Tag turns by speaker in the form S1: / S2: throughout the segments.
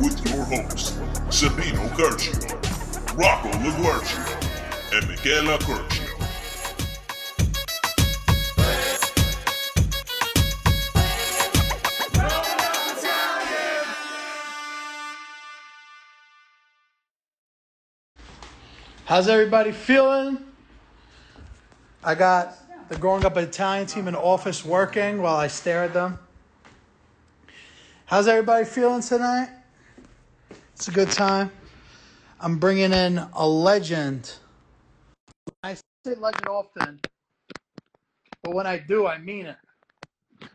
S1: with your hosts, Sabino Curcio, Rocco LaGuercio, and Michaela Curcio.
S2: How's everybody feeling? I got the growing up Italian team in the office working while I stare at them. How's everybody feeling tonight? It's a good time. I'm bringing in a legend. I say legend often, but when I do, I mean it.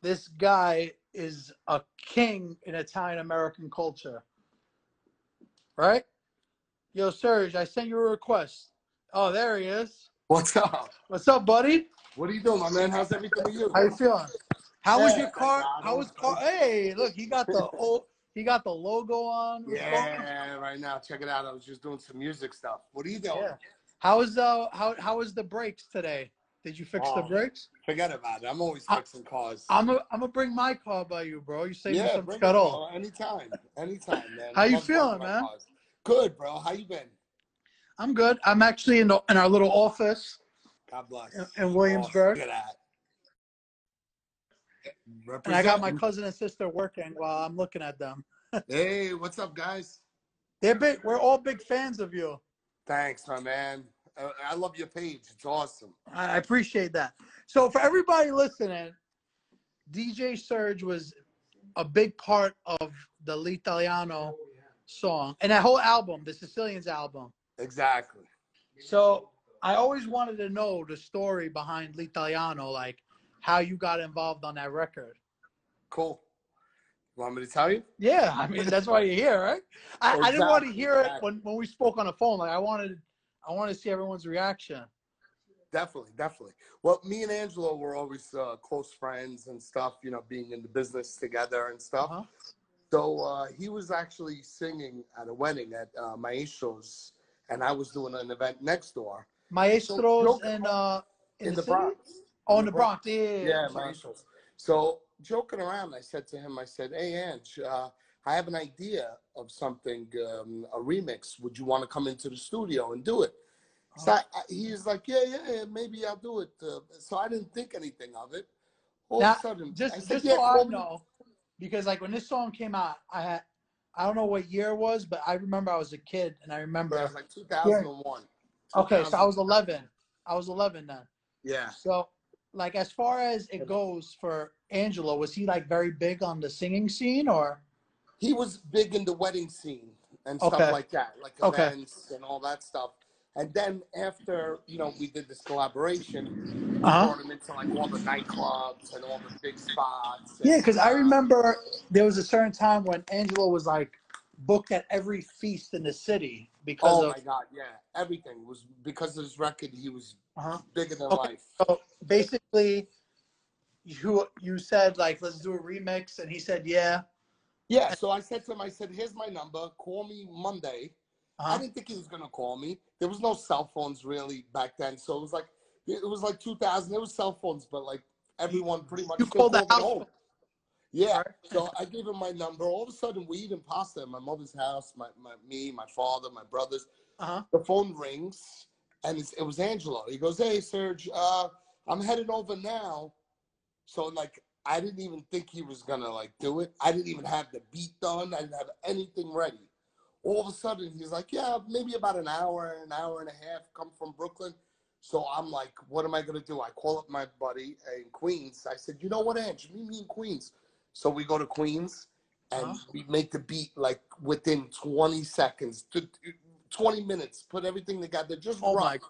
S2: This guy is a king in Italian American culture, right? Yo, Serge, I sent you a request. Oh, there he is.
S3: What's up?
S2: What's up, buddy?
S3: What are you doing, my man? How's everything with you?
S2: How you feeling? How was
S3: Yeah,
S2: your car?
S3: I
S2: How
S3: don't-
S2: was car? Hey, look, he got the old, he got the logo on. his phone.
S3: Yeah, right now. Check it out. I was just doing some music stuff. What are you doing?
S2: Yeah. How was uh how how was the brakes today? Did you fix the
S3: Oh.
S2: brakes?
S3: Forget about it. I'm always
S2: I-
S3: fixing cars.
S2: I'm gonna I'm gonna bring my car by you, bro. You saved me
S3: yeah,
S2: some
S3: bring it,
S2: scuttle.
S3: bro. Anytime. Anytime, man.
S2: How
S3: I
S2: you
S3: love
S2: feeling,
S3: talking about
S2: man?
S3: cars. Good, bro. How you been?
S2: I'm good. I'm actually in the, in our little office
S3: God bless.
S2: in, in Williamsburg,
S3: Oh, look at that.
S2: and I got my
S3: Represent.
S2: cousin and sister working while I'm looking at them.
S3: Hey, what's up, guys?
S2: They're big. We're all big fans of you.
S3: Thanks, my man. Uh, I love your page. It's awesome.
S2: I I appreciate that. So for everybody listening, DJ Surge was a big part of the L'Italiano song and that whole album, the Sicilians album.
S3: Exactly.
S2: So I always wanted to know the story behind L'Italiano, like how you got involved on that record.
S3: Cool. Want me to tell you?
S2: Yeah, I mean that's why you're here, right? I, I didn't want to
S3: Exactly,
S2: hear it
S3: exactly.
S2: when, when we spoke on the phone. Like I wanted, I wanted to see everyone's reaction.
S3: Definitely, definitely. Well, me and Angelo were always uh, close friends and stuff, you know, being in the business together and stuff.
S2: Uh-huh.
S3: So uh, he was actually singing at a wedding at uh, Maestro's, and I was doing an event next door
S2: Maestros
S3: Joker-
S2: and uh, in,
S3: in
S2: the,
S3: the
S2: city?
S3: Bronx.
S2: Oh,
S3: In
S2: in the
S3: the
S2: Bronx. Yeah, yeah, yeah.
S3: Yeah,
S2: I'm sorry.
S3: Maestro's. So joking around, I said to him, I said, "Hey, Ange, uh, I have an idea of something, um, a remix. Would you want to come into the studio and do it?" So
S2: Uh-huh.
S3: I, I, he's like, yeah, yeah, yeah, maybe I'll do it. Uh, so I didn't think anything of it. All
S2: Now,
S3: of a sudden,
S2: just
S3: I said,
S2: just
S3: yeah,
S2: so I
S3: call me."
S2: know, because like when this song came out, I had I don't know what year it was, but I remember I was a kid and I remember.
S3: Yeah, it was like 2001.
S2: okay, so I was eleven. I was eleven then.
S3: Yeah.
S2: So like as far as it goes for Angelo, was he like very big on the singing scene or?
S3: He was big in the wedding scene and
S2: Okay.
S3: stuff like that, like
S2: Okay.
S3: events and all that stuff. And then after, you know, we did this collaboration,
S2: Uh-huh.
S3: we brought him into like all the nightclubs and all the big spots. and- uh,
S2: Yeah, because I remember there was a certain time when Angelo was like booked at every feast in the city because
S3: Oh
S2: of.
S3: my God, yeah. Everything was because of his record, he was
S2: Uh-huh.
S3: bigger than
S2: Okay.
S3: life.
S2: So basically, you you said like let's do a remix, and he said yeah.
S3: Yeah, so I said to him, I said, here's my number. Call me Monday. I
S2: Uh-huh.
S3: didn't think he was gonna call me. There was no cell phones really back then, so it was like it was like 2000. There was cell phones, but like everyone pretty much
S2: You
S3: still
S2: called the
S3: called it
S2: house
S3: home. Yeah.
S2: Right.
S3: So I gave him my number. All of a sudden, we eat pasta at my mother's house. My, my me, my father, my brothers.
S2: Uh-huh.
S3: The phone rings, and it's, it was Angelo. He goes, "Hey, Serge, uh, I'm headed over now." So like, I didn't even think he was gonna like do it. I didn't even have the beat done. I didn't have anything ready. All of a sudden, he's like, "Yeah, maybe about an hour, an hour and a half. Come from Brooklyn." So I'm like, "What am I gonna do?" I call up my buddy in Queens. I said, "You know what, Ange? Meet me in Queens." So we go to Queens, and
S2: Huh?
S3: we make the beat like within 20 seconds, to 20 minutes. Put everything together, just
S2: Oh my
S3: right,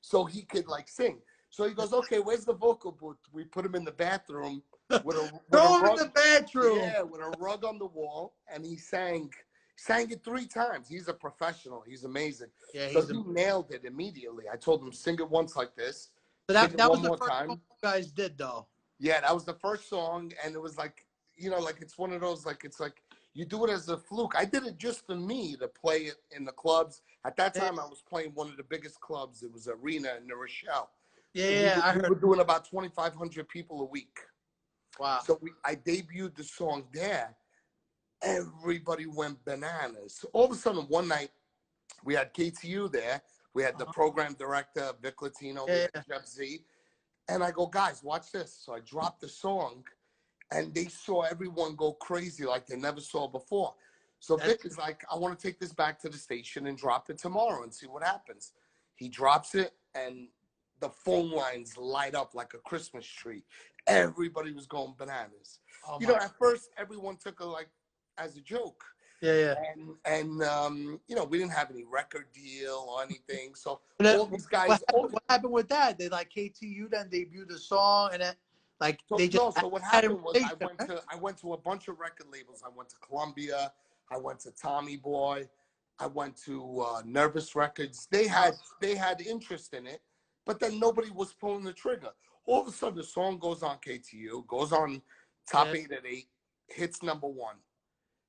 S3: so he could like sing. So he goes, "Okay, where's the vocal booth?" We put him in the bathroom with a with
S2: Throw
S3: a
S2: him in
S3: rug,
S2: the bathroom.
S3: yeah, with a rug on the wall, and he sang sang it three times. He's a professional. He's amazing.
S2: Yeah,
S3: So
S2: he's a,
S3: he nailed it immediately. I told him sing it once like this.
S2: but
S3: sing
S2: that,
S3: it
S2: that was
S3: one
S2: the
S3: more
S2: first
S3: time.
S2: one you guys did though.
S3: Yeah, that was the first song, and it was like, you know, like it's one of those like it's like you do it as a fluke. I did it just for me to play it in the clubs. At that
S2: Yeah.
S3: time, I was playing one of the biggest clubs. It was Arena in New Rochelle.
S2: Yeah,
S3: So we
S2: yeah,
S3: were-
S2: I
S3: we
S2: heard.
S3: were doing about twenty five hundred people a week.
S2: Wow.
S3: So we, I debuted the song there. Everybody went bananas. All of a sudden, one night, we had KTU there. We had the program director, Vic Latino, we had
S2: Uh-huh. Yeah.
S3: Jeff Z. And I go, guys, watch this. So I dropped the song, and they saw everyone go crazy like they never saw before. So
S2: That's-
S3: Vic is like, I want to take this back to the station and drop it tomorrow and see what happens. He drops it, and the phone lines light up like a Christmas tree. Everybody was going bananas.
S2: Oh
S3: you
S2: my-
S3: know, at first, everyone took it like as a joke
S2: yeah, yeah.
S3: and and um, you know we didn't have any record deal or anything. So
S2: And then
S3: all these
S2: what,
S3: guys, all
S2: happened, what happened with that? They like KTU then debuted a song and then like
S3: so,
S2: they just
S3: no, so what
S2: had a
S3: happened was I
S2: relation,
S3: went
S2: right?
S3: to I went to a bunch of record labels. I went to Columbia, I went to Tommy Boy, I went to uh, Nervous Records. They had they had interest in it, but then nobody was pulling the trigger. All of a sudden, the song goes on KTU, goes on top
S2: Yeah.
S3: eight at eight, hits number one.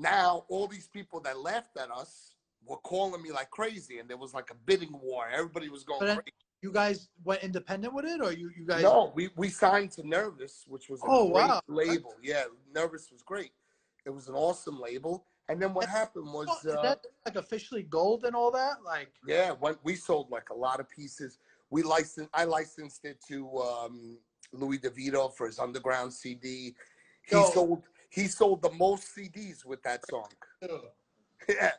S3: Now all these people that laughed at us were calling me like crazy, and there was like a bidding war. Everybody was going
S2: But then-
S3: crazy.
S2: you guys went independent with it or you, you guys
S3: No, we, we signed to Nervous, which was a
S2: Oh,
S3: great
S2: wow.
S3: label. Yeah, Nervous was great. It was an awesome label. And then what happened was,
S2: Oh, is
S3: uh,
S2: that like officially gold and all that? Like
S3: yeah, when we sold like a lot of pieces. We licensed, I licensed it to um, Louis DeVito for his underground CD. He
S2: Yo.
S3: sold he sold the most CDs with that song. yeah.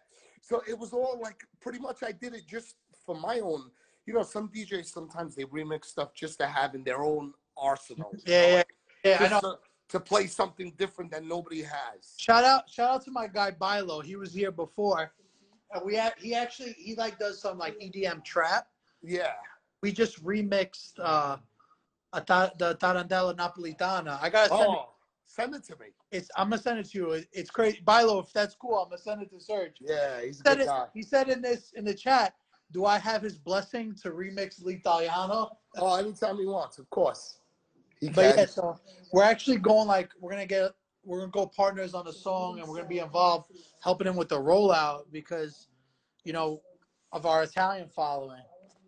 S3: So it was all like pretty much I did it just for my own. You know, some DJs sometimes they remix stuff just to have in their own arsenal. you
S2: Yeah,
S3: know,
S2: yeah,
S3: like,
S2: yeah. I
S3: just
S2: know.
S3: To, to play something different that nobody has.
S2: Shout out, shout out to my guy Bilo. He was here before, and we had, he actually he like does some like EDM trap.
S3: Yeah.
S2: We just remixed uh, a ta- the Tarandella Napolitana. I gotta send
S3: Oh, send it to me.
S2: it. It's I'm gonna send it to you. It- It's crazy, Bilo. If that's cool, I'm gonna send it to Serge.
S3: Yeah, he's a
S2: He said,
S3: good
S2: it,
S3: guy.
S2: he said in this in the chat, "Do I have his blessing to remix L'Italiano?"
S3: Oh, anytime he wants, of course. He
S2: But
S3: can.
S2: yeah, so we're actually going like we're gonna get we're gonna go partners on the song and we're gonna be involved helping him with the rollout because you know of our Italian following.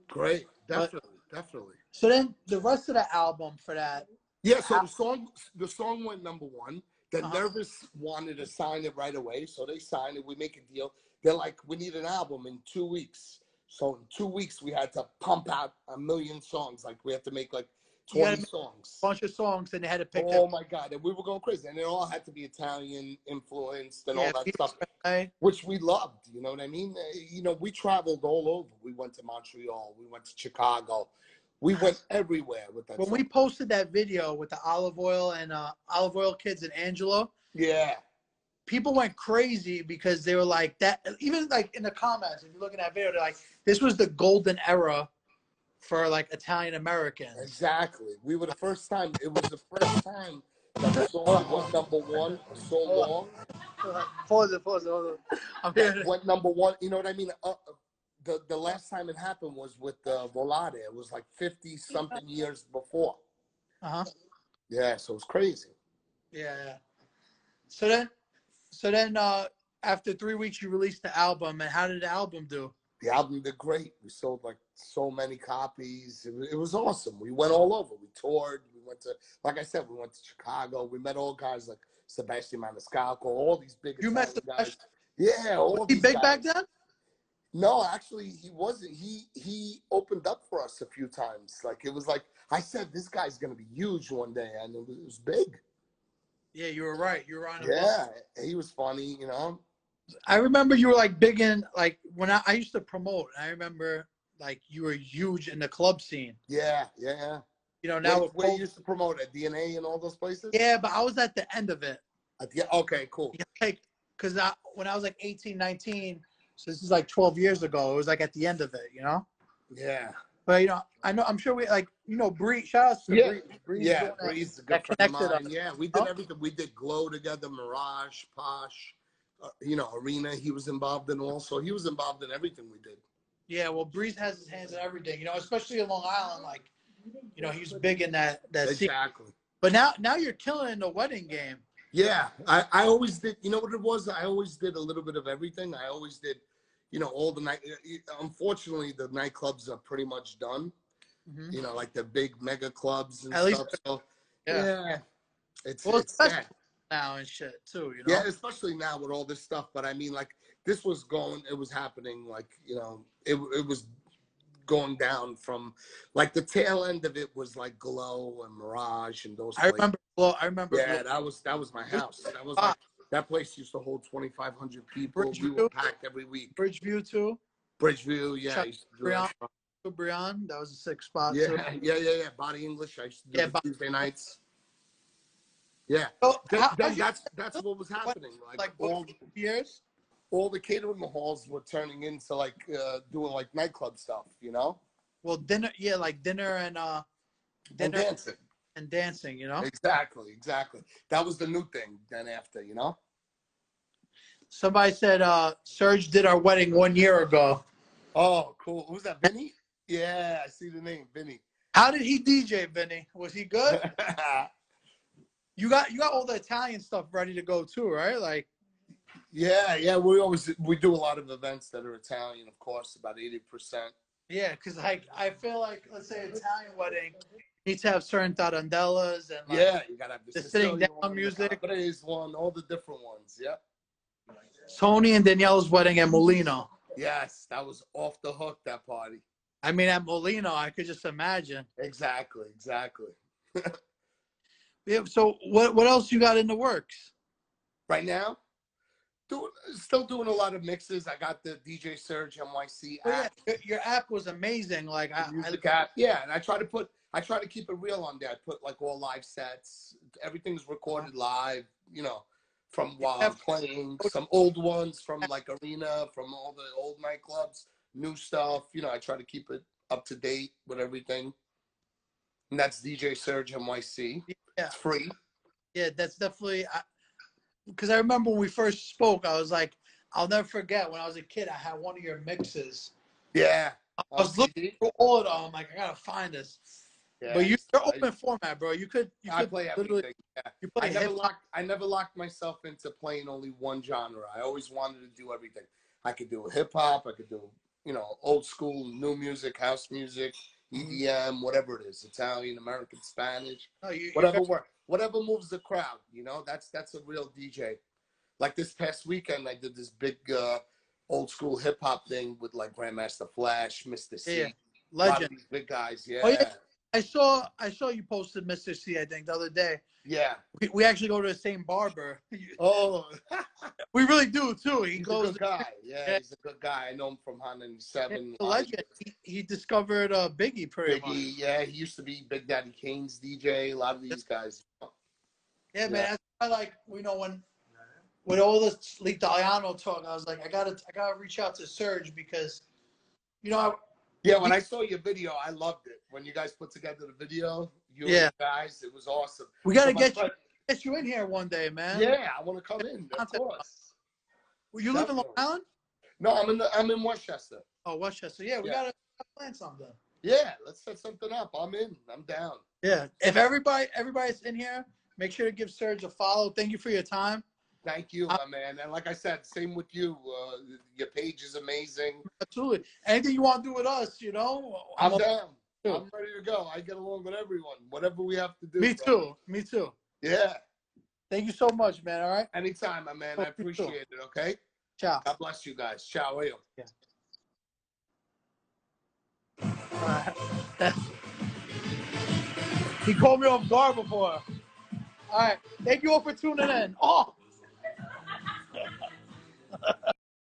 S3: Great.
S2: But-
S3: Definitely. definitely.
S2: So then the rest of the album for that,
S3: Yeah, so the song the song went number one. The
S2: Uh-huh.
S3: Nervous wanted to sign it right away, so they signed it. We make a deal. They're like, we need an album in two weeks. So in two weeks, we had to pump out a million songs. Like we had to make like
S2: You gotta
S3: twenty
S2: make
S3: songs.
S2: a bunch of songs and they had to pick
S3: Oh my god! And we were going crazy, and it all had to be Italian influenced and
S2: their
S3: all that
S2: beats,
S3: stuff
S2: right?
S3: which we loved. You know what I mean? Uh, You know, we traveled all over. We went to Montreal. We went to Chicago. We went everywhere with that.
S2: When
S3: song.
S2: we posted that video with the olive oil and uh, olive oil kids and Angelo,
S3: yeah,
S2: people went crazy because they were like that even like in the comments, if you look at that video, they're like, This was the golden era for like Italian Americans.
S3: exactly. We were the first time. It was the first time that the song was number one for so long.
S2: Pause it, pause it, hold on. I'm
S3: That
S2: here.
S3: went number one. You know what I mean? Uh, uh, the the last time it happened was with uh, Volade. It was like fifty something years before.
S2: Uh-huh.
S3: Yeah, so it's crazy.
S2: Yeah, yeah. So then, so then, uh, after three weeks, you released the album, and how did the album do?
S3: the album did great. We sold like so many copies. It, wa- it was awesome. We went all over. We toured. We went to, like I said, we went to Chicago. We met all guys like Sebastian Maniscalco, all these big.
S2: You met
S3: Italian
S2: Sebastian?
S3: guys. Yeah, all
S2: Was he
S3: these
S2: big
S3: guys.
S2: back then?
S3: No, actually, he wasn't. He he opened up for us a few times. Like it was like I said, this guy's gonna be huge one day, and it was, it was big.
S2: Yeah, you were right. You were on. a roll.
S3: Yeah, he was funny. You know,
S2: I remember you were like big in like when I, I used to promote. And I remember like you were huge in the club scene.
S3: yeah, yeah.
S2: You know now
S3: Now,
S2: with
S3: where, where you
S2: COVID-
S3: used to promote at DNA and all those places.
S2: yeah, but I was at the end of it.
S3: At the, okay, cool.
S2: Yeah, Like, cause I when I was like 18, 19, so this is like twelve years ago. It was like at the end of it, you know.
S3: Yeah.
S2: But you know, I know I'm sure we like you know Bree. Shout out to
S3: Yeah.
S2: Bree. Bree's
S3: yeah,
S2: doing that.
S3: Bree's a good
S2: that
S3: friend of
S2: connected
S3: mine. Yeah, we did
S2: Oh.
S3: everything. We did Glow together, Mirage, Posh, uh, you know, Arena. He was involved in also. He was involved in everything we did.
S2: Yeah, well, Breeze has his hands in everything, you know, especially in Long Island. Like, you know, he was big in that that scene.
S3: Exactly.
S2: But now, now you're killing in the wedding game.
S3: Yeah, I, I always did. You know what it was? I always did a little bit of everything. I always did, you know, all the night. uh, Unfortunately, the nightclubs are pretty much done.
S2: Mhm.
S3: Mm-hmm. You know, like the big mega clubs and
S2: At least-
S3: stuff. so,
S2: Yeah.
S3: yeah. It's,
S2: Well,
S3: it's sad.
S2: especially now and shit too. You know.
S3: Yeah, especially now with all this stuff. But I mean, like this was going, it was happening. Like you know, it it was going down from like the tail end of it was like Glow and Mirage and those.
S2: I
S3: places.
S2: remember. Well, I remember.
S3: Yeah, that was that was my house. That was like, that place used to hold twenty five hundred people. We were
S2: Bridgeview.
S3: packed every week.
S2: Bridgeview too.
S3: Bridgeview, yeah, I
S2: Chuck
S3: used to do that.
S2: Brian, that was a sick spot
S3: Yeah,
S2: too.
S3: yeah, yeah, yeah. Body English. I used to do
S2: Yeah,
S3: the
S2: Body-
S3: Tuesday nights. Yeah,
S2: So,
S3: Then-
S2: how,
S3: then
S2: how'd you-
S3: that's that's what was happening. Like,
S2: like
S3: all
S2: what, years?
S3: all the catering halls were turning into like uh, doing like nightclub stuff, you know,
S2: Well, dinner. Yeah, like dinner and uh,
S3: and
S2: dinner and,
S3: dancing.
S2: dancing. You know,
S3: Exactly, exactly. That was the new thing. Then after, you know,
S2: somebody said uh, Serge did our wedding one year ago.
S3: oh, cool. Who's that, Vinny? Yeah, I see the name, Vinny.
S2: How did he DJ, Vinny? Was he good? you got you got all the Italian stuff ready to go too, right? Like,
S3: yeah, yeah. We always we do a lot of events that are Italian, of course, about eighty percent.
S2: yeah, because like I feel like let's say Italian wedding needs to have certain tarantellas and like,
S3: Yeah, you gotta have the
S2: The sitting
S3: Sicilian
S2: down
S3: one, the
S2: music.
S3: Calabrese one, all the different ones. Yeah.
S2: Tony and Danielle's wedding at Molino.
S3: Yes, that was off the hook. That party.
S2: I mean, at Molino, I could just imagine.
S3: Exactly, exactly.
S2: Yeah. So what what else you got in the works?
S3: right now. Doing, still doing a lot of mixes. I got the DJ Surge NYC
S2: Oh, yeah,
S3: app,
S2: your- your app was amazing. Like I,
S3: the
S2: I
S3: music app. Yeah, and I try to put, I try to keep it real on there. I put like all live sets. Everything's
S2: Uh-huh.
S3: recorded live. You know, from while I'm playing,
S2: Oh,
S3: some old ones from like arena, from all the old nightclubs, new stuff. You know, I try to keep it up to date with everything. And that's DJ Surge NYC.
S2: Yeah.
S3: It's free.
S2: yeah, that's definitely because I, remember when we first spoke, I was like, I'll never forget when I was a kid, I had one of your mixes.
S3: Yeah.
S2: I was
S3: on
S2: looking
S3: CD.
S2: for all of them. I'm like, I gotta find this.
S3: Yeah.
S2: But you, you're
S3: I-
S2: open format, bro. You could, you
S3: I
S2: could
S3: play
S2: literally,
S3: everything. Yeah.
S2: you
S3: I
S2: play
S3: never
S2: hip
S3: locked. I never locked myself into playing only one genre. I always wanted to do everything. I could do hip hop. I could do you know old school, new music, house music,
S2: Mm-hmm.
S3: EDM, whatever it is, Italian, American, Spanish,
S2: no, you, you-
S3: whatever work, whatever moves the crowd. You know, that's that's a real DJ. Like this past weekend, I did this big uh, old school hip hop thing with like Grandmaster Flash, Mr. C,
S2: Yeah,
S3: a lot of
S2: legend.
S3: these big guys. Yeah,
S2: Oh, yeah. I saw, I saw you posted Mr. C. I think the other day.
S3: yeah.
S2: We, we actually go to the same barber.
S3: Oh.
S2: we really do too. He
S3: He's a
S2: goes
S3: good guy. Yeah,
S2: Yeah.
S3: he's a good guy. I know him from Honda Seven.
S2: a legend. He, he discovered uh, Biggie pretty much.
S3: Biggie. Yeah, he used to be Big Daddy Kane's DJ. A lot of these guys.
S2: Yeah, man.
S3: Yeah.
S2: That's why, like, we know when with all this Italiano talk, I was like, I gotta, I gotta reach out to Serge because, you know, I,
S3: Yeah, when I saw your video, I loved it. When you guys put together the video, you and
S2: Yeah.
S3: the guys, it was awesome.
S2: we gotta
S3: So my
S2: get you,
S3: friend-
S2: get you in here one day, man.
S3: Yeah, I want to come in. Of
S2: Contact.
S3: course.
S2: Well, you live in Long
S3: definitely.
S2: Island?
S3: No, I'm in. The, I'm in Westchester.
S2: Oh, Westchester. Yeah, we
S3: Yeah.
S2: gotta plan something.
S3: Yeah, let's set something up. I'm in. I'm down.
S2: Yeah. If everybody, everybody's in here, make sure to give Serge a follow. Thank you for your time.
S3: Thank you, my man. And like I said, same with you. Uh, your page is amazing.
S2: Absolutely. Anything you want to do with us, you know?
S3: I'm
S2: I'm-
S3: down.
S2: too.
S3: I'm ready to go. I get along with everyone. Whatever we have to do.
S2: me
S3: bro.
S2: too. Me too.
S3: Yeah.
S2: Thank you so much, man. All right.
S3: Anytime, my man.
S2: Hope
S3: I
S2: you too.
S3: appreciate it. Okay.
S2: Ciao.
S3: God bless you guys. Ciao. Leo.
S2: he called me off guard before. All right. Thank you all for tuning in. Oh.